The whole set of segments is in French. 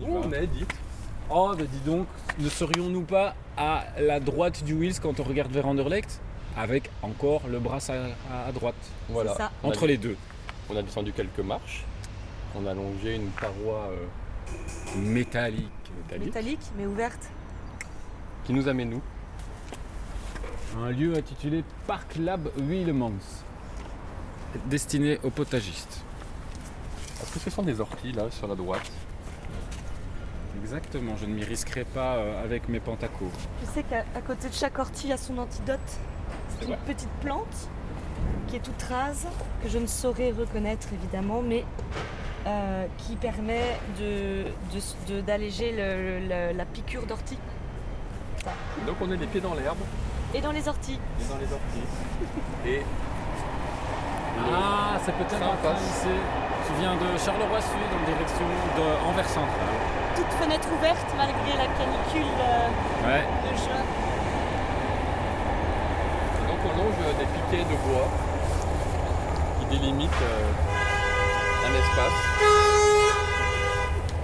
journée, dites Oh, bah dis donc, ne serions-nous pas à la droite du Wills quand on regarde vers Anderlecht Avec encore le bras à, à- à droite, Voilà. C'est ça. On a- entre les deux. On a descendu quelques marches. On a longé une paroi euh, Métallique. métallique Métallique, mais ouverte. qui nous amène nous. Un lieu intitulé Parc Lab Willemans, destiné aux potagistes. Est-ce que ce sont des orties là sur la droite Exactement, je ne m'y risquerai pas euh, avec mes pantacours. Je sais qu'à à côté de chaque ortie, il y a son antidote. C'est C'est une vrai. petite plante qui est toute rase, que je ne saurais reconnaître évidemment, mais euh, qui permet de- de- de- d'alléger le- le- la piqûre d'ortie. Donc on est les pieds dans l'herbe Et dans les orties. et dans les orties. Et Ah, c'est peut-être un Sympa. train lycée qui vient de Charleroi-Sud en direction de Anvers Central. Toute fenêtre ouverte malgré la canicule euh, Ouais. de juin. Et Donc on longe euh, des piquets de bois qui délimitent euh, un espace.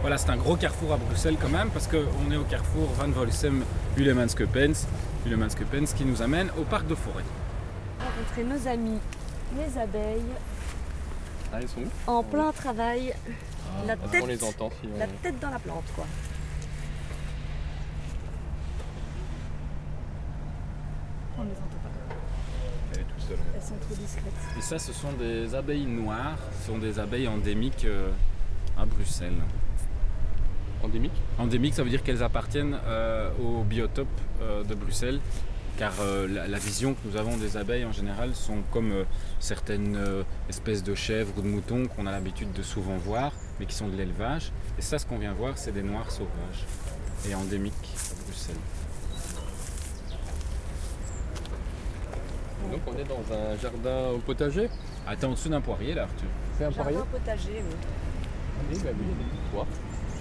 Voilà, c'est un gros carrefour à Bruxelles quand même, parce qu'on est au carrefour Van Volsem Ulemanskepens, Ulemanskepens qui nous amène au parc de forêt. Rencontrer nos amis, les abeilles, Ah, ils sont où en plein travail, la, Ah, On tête, les entend si on... la tête dans la plante quoi. On les entend pas. Elles sont trop discrètes. Et ça, ce sont des abeilles noires, ce sont des abeilles endémiques euh, à Bruxelles. Endémique Endémiques, ça veut dire qu'elles appartiennent euh, au biotope euh, de Bruxelles, car euh, la, la vision que nous avons des abeilles en général sont comme euh, certaines euh, espèces de chèvres ou de moutons qu'on a l'habitude de souvent voir, mais qui sont de l'élevage. Et ça, ce qu'on vient voir, c'est des noirs sauvages et endémiques à Bruxelles. Donc on est dans un jardin au potager. Ah, t'es en dessous d'un poirier là, Arthur C'est un Jardin potager, oui. Oui, bah oui, il y a des petits pois.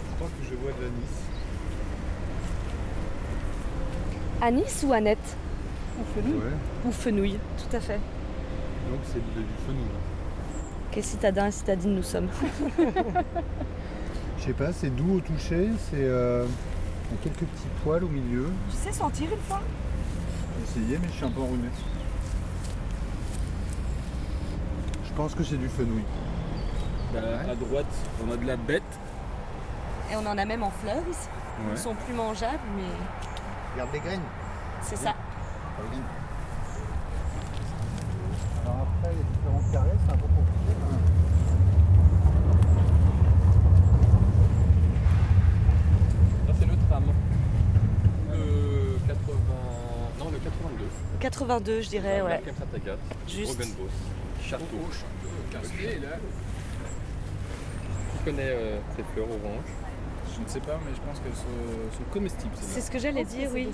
Je pense que je vois de la Nice. Anis ou Annette Ou fenouil Ouais. Ou fenouil, tout à fait. Donc c'est du, du fenouil. Quels citadins et citadines nous sommes. Je sais pas, c'est doux au toucher, c'est euh, il y a quelques petits poils au milieu. Tu sais sentir une fois J'ai essayé mais je suis un peu enrhumé. Je pense que c'est du fenouil. Bah, À droite, on a de la bête. Et on en a même en fleurs ici. Ils sont plus mangeables, mais Regarde les graines. c'est ça. Alors après les différentes carrés, c'est un peu compliqué quand même. Ça c'est le tram. Le 80... Non, le 82. 82, je dirais, Eh ouais. Markham Saint-Agathe, Juste. Rogenbos, Château. Tu connais euh, ces fleurs oranges Je ne sais pas, mais je pense qu'elles sont, comestibles. C'est ce que j'allais dire, oui.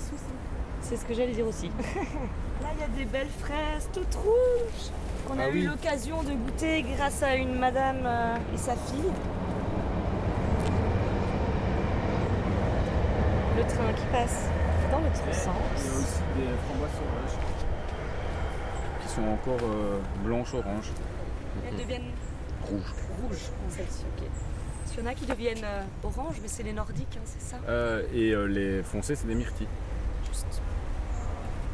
C'est ce que j'allais dire aussi. Là, il y a des belles fraises toutes rouges qu'on a Ah eu oui. l'occasion de goûter grâce à une madame euh, et sa fille. Le train qui passe dans l'autre sens. aussi des framboises sauvages qui sont encore euh, blanches oranges. Elles deviennent Rouges. rouges, en fait. ok. Parce qu'il y en a qui deviennent euh, oranges, mais c'est les nordiques, hein, c'est ça Euh, et euh, les foncés, c'est des myrtilles.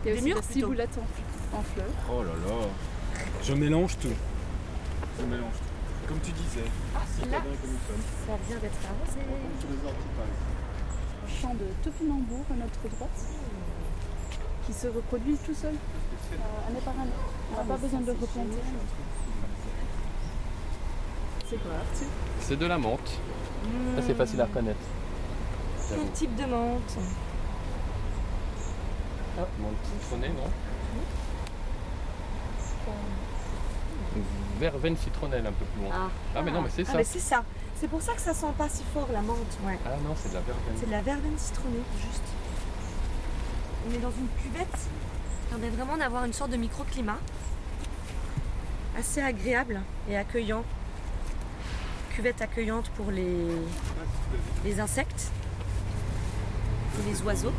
Il y a Des aussi murs des plutôt. ciboulettes en, en fleurs. Oh là là. Je mélange tout. Je mélange tout. Comme tu disais. Ah, là, Ça vient d'être arrosé. champ de topinambour à notre droite, qui se reproduit tout seul, euh, année par année. On n'a pas besoin de le replanter. Ah, C'est quoi, Arthur C'est de la menthe. Hmm. Ça c'est facile à reconnaître. Quel type de menthe Ah, mon petit citronné, non Verveine citronnelle un peu plus loin. Hmm. Ah. Ah, mais non, mais c'est Ah, ça. mais c'est ça. C'est pour ça que ça sent pas si fort la menthe. Ouais. Ah non, c'est de la verveine. C'est de la verveine citronnée, juste. On est dans une cuvette. On permet vraiment d'avoir une sorte de microclimat. Assez agréable et accueillant. Cuvette accueillante pour les, les insectes et les oiseaux.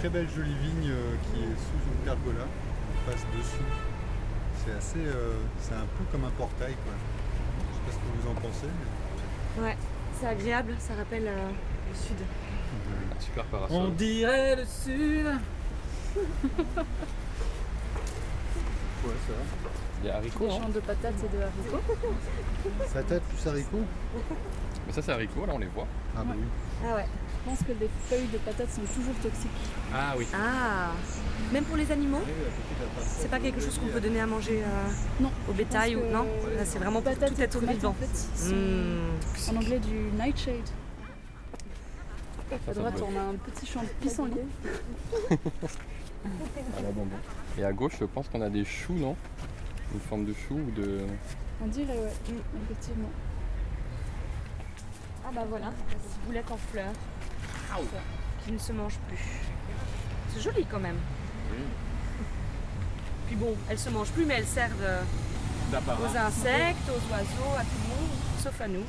Très belle jolie vigne euh, qui est sous une pergola, on passe dessous. C'est assez, euh, c'est un peu comme un portail quoi. Je sais pas ce que vous en pensez. Mais... c'est agréable, ça rappelle euh, le sud. Un super parasol. On dirait le sud Ouais, ça va. Il y a haricots, Des non hein. champs de patates et de haricots. Sa tête plus haricots Mais ça, c'est haricots, là, on les voit. Ah bah oui. Ah ouais. Je pense que les feuilles de patates sont toujours toxiques. Ah oui. Ah Même pour les animaux C'est pas quelque chose qu'on peut donner à manger euh, Non, au bétail pense ou que non Là, c'est vraiment pour patates tout et être tomates, vivant. en fait, sont- Mm. En anglais, du nightshade. Ça, ça À me droite, plaît. on a un petit champ de pissenlit. À l'abandon. Et à gauche, je pense qu'on a des choux, non Une forme de chou ou de. On dirait, ouais, Hmm. Mm, effectivement. Ah bah voilà, cette boulette en fleurs qui ne se mange plus. C'est joli quand même. Oui. Puis bon, elles se mangent plus, mais elles servent euh, aux insectes, aux oiseaux, à tout le monde, sauf à nous.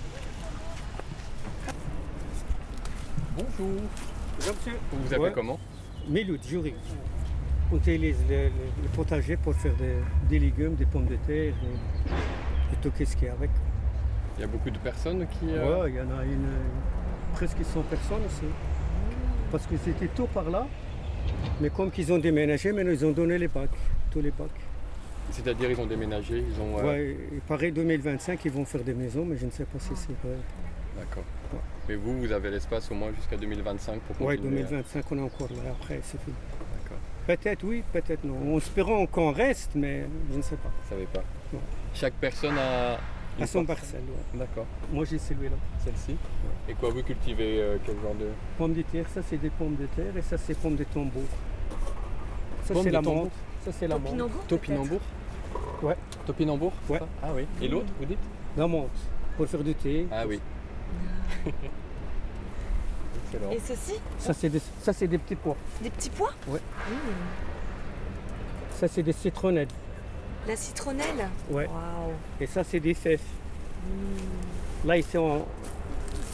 Bonjour Bonjour monsieur. Vous vous appelez Ouais. comment Méloud, Jury. On utilise le, le- le potager pour faire des, des légumes, des pommes de terre et, et tout ce qu'il y a avec. Il y a beaucoup de personnes qui. euh, Ouais, il y en a une, presque 100 personnes ici. Parce que c'était tout par là. Mais comme qu'ils ont déménagé, maintenant ils ont donné les packs, tous les packs. C'est-à-dire, ils ont déménagé, ils ont. euh, Ouais, il paraît 2025, ils vont faire des maisons, mais je ne sais pas si c'est vrai. Ah. D'accord. Ouais. Mais vous, vous avez l'espace au moins jusqu'à 2025 pour continuer. Ouais, 2025, on est encore là, après, c'est fini. D'accord. Peut-être oui, peut-être non. En espérant qu'on reste, mais je ne sais pas. Vous savez pas. Non. Chaque personne a. une À son parcelle. parcelle, ouais. D'accord. Moi j'ai celui-là. Celle-ci Et quoi, vous cultivez euh, quel genre de. Pommes de terre, ça c'est des pommes de terre et ça c'est pommes de tombeau. Ça Pommes c'est de la tambour. menthe. Ça c'est la menthe. Topinambour, peut-être. Topinambour Ouais. Topinambour c'est Ouais. ça Ah oui. Et l'autre, vous dites La menthe. Pour faire du thé. Ah oui. Excellent. Et ceci, Ça c'est des, ça, c'est des petits pois. des petits pois Ouais. Mm. Ça c'est des citronnelles. La citronnelle Ouais. Waouh Et ça c'est des fèves. Là ici on...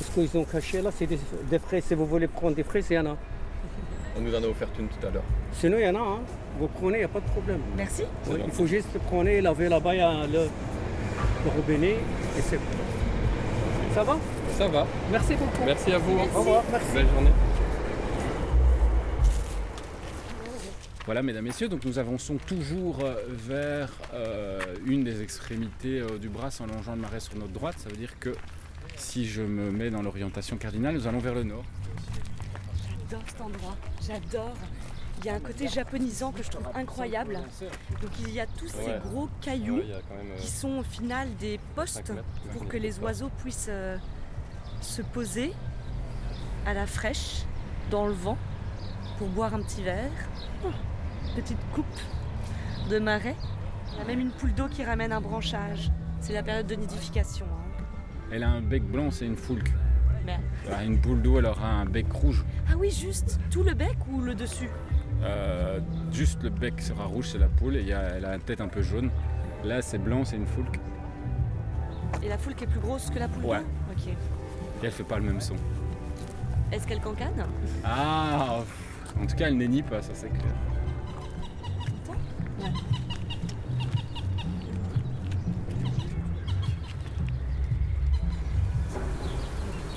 Ce qu'ils ont caché là c'est des, des fraises. Si vous voulez prendre des fraises, il y en a. On nous en a offert une tout à l'heure. Sinon il y en a. hein. Vous prenez, il n'y a pas de problème. Merci. C'est Ouais, bon. il faut juste prendre et laver là-bas il y a le, le robinet et c'est bon. Ça va Ça va. Merci beaucoup. Merci à vous. Au revoir. Merci. Belle journée. Voilà, mesdames, messieurs, donc nous avançons toujours euh, vers euh, une des extrémités euh, du bras en longeant le marais sur notre droite. Ça veut dire que si je me mets dans l'orientation cardinale, nous allons vers le nord. J'adore cet endroit, j'adore. Il y a un côté japonisant que je trouve incroyable. Donc il y a tous Ouais. ces gros Ouais, cailloux il y a quand même euh, qui sont au final des 5 postes mètres. pour que les oiseaux puissent euh, se poser à la fraîche, dans le vent, pour boire un petit verre. Oh, Petite coupe de marais. Il y a même une poule d'eau qui ramène un branchage. C'est la période de nidification. hein. Elle a un bec blanc, c'est une foulque. Merde. Elle a une boule d'eau, elle aura un bec rouge. Ah oui, juste tout le bec ou le dessus Euh, juste le bec sera rouge, c'est la poule, et il y a- elle a la tête un peu jaune. Là, c'est blanc, c'est une foulque. Et la foule qui est plus grosse que la poule d'eau Ouais. Ok. Et elle fait pas le même son. Est-ce qu'elle cancane Ah pff. En tout cas, elle n'énie pas, ça c'est clair.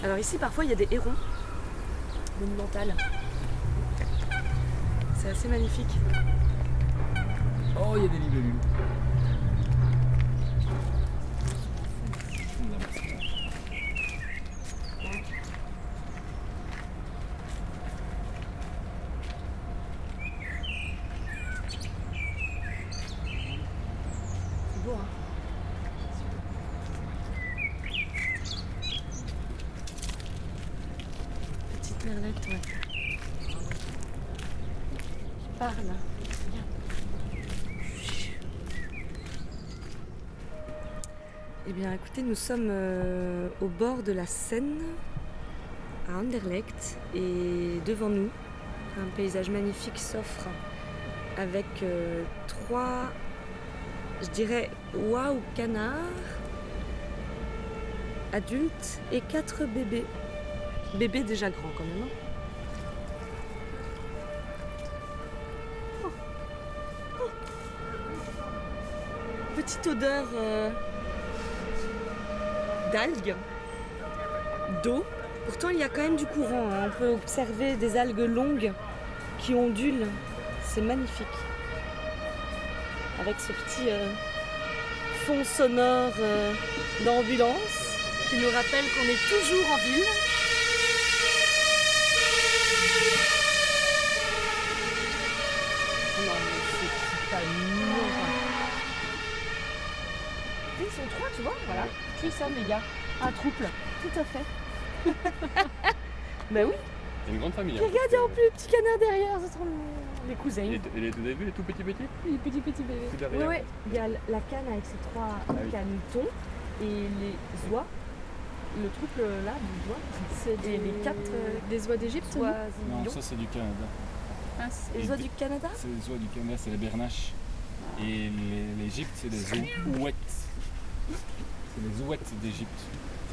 Alors ici, parfois, il y a des hérons monumentales. C'est assez magnifique. Oh, il y a des libellules. C'est beau, hein Petite merlette, ouais. Parle. Viens. Eh bien, écoutez, nous sommes euh, au bord de la Seine, à Anderlecht, et devant nous, un paysage magnifique s'offre avec euh, trois je dirais oies ou canards adultes et quatre bébés. Bébés déjà grands quand même. hein. Oh. Oh. Petite odeur euh, d'algues, d'eau. Pourtant, il y a quand même du courant. hein. On peut observer des algues longues qui ondulent. C'est magnifique. Avec ce petit euh, fond sonore euh, d'ambulance qui nous rappelle qu'on est toujours en ville. Non, mais c'est pas mignon, quoi. Ils sont trois, tu vois, voilà. Threesome, les gars. Un trouble. Tout à fait. Bah oui. C'est une grande famille. hein. Regarde, il y a en plus le petit canard derrière, c'est trop mignon. Les cousins. Il est- il est- Vous avez vu les tout petits petits Les petits petits bébés. Tout Oui, derrière. oui. Il y a la canne avec ses trois Ah oui. canetons et les oies. Le trouble là, du oies. C'est Et des, les quatre, euh, des oies d'Égypte. non Non, oisillons. ça c'est du Canada. Ah, c'est- Les oies du Canada C'est les oies du Canada, c'est les bernaches. Et les- l'Égypte, c'est des ouettes. C'est les ouettes d'Égypte.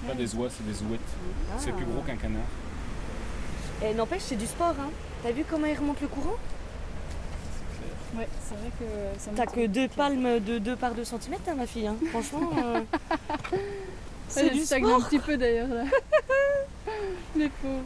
C'est pas des oies, c'est des ouettes. Ah. C'est plus gros qu'un canard. Et Ah. Eh, n'empêche, c'est du sport. Hein. T'as vu comment il remonte le courant Ouais, c'est vrai que ça me T'as que deux palmes de 2 par 2 cm, ma fille. hein. Franchement. euh, C'est du un petit peu d'ailleurs là. Les pauvres.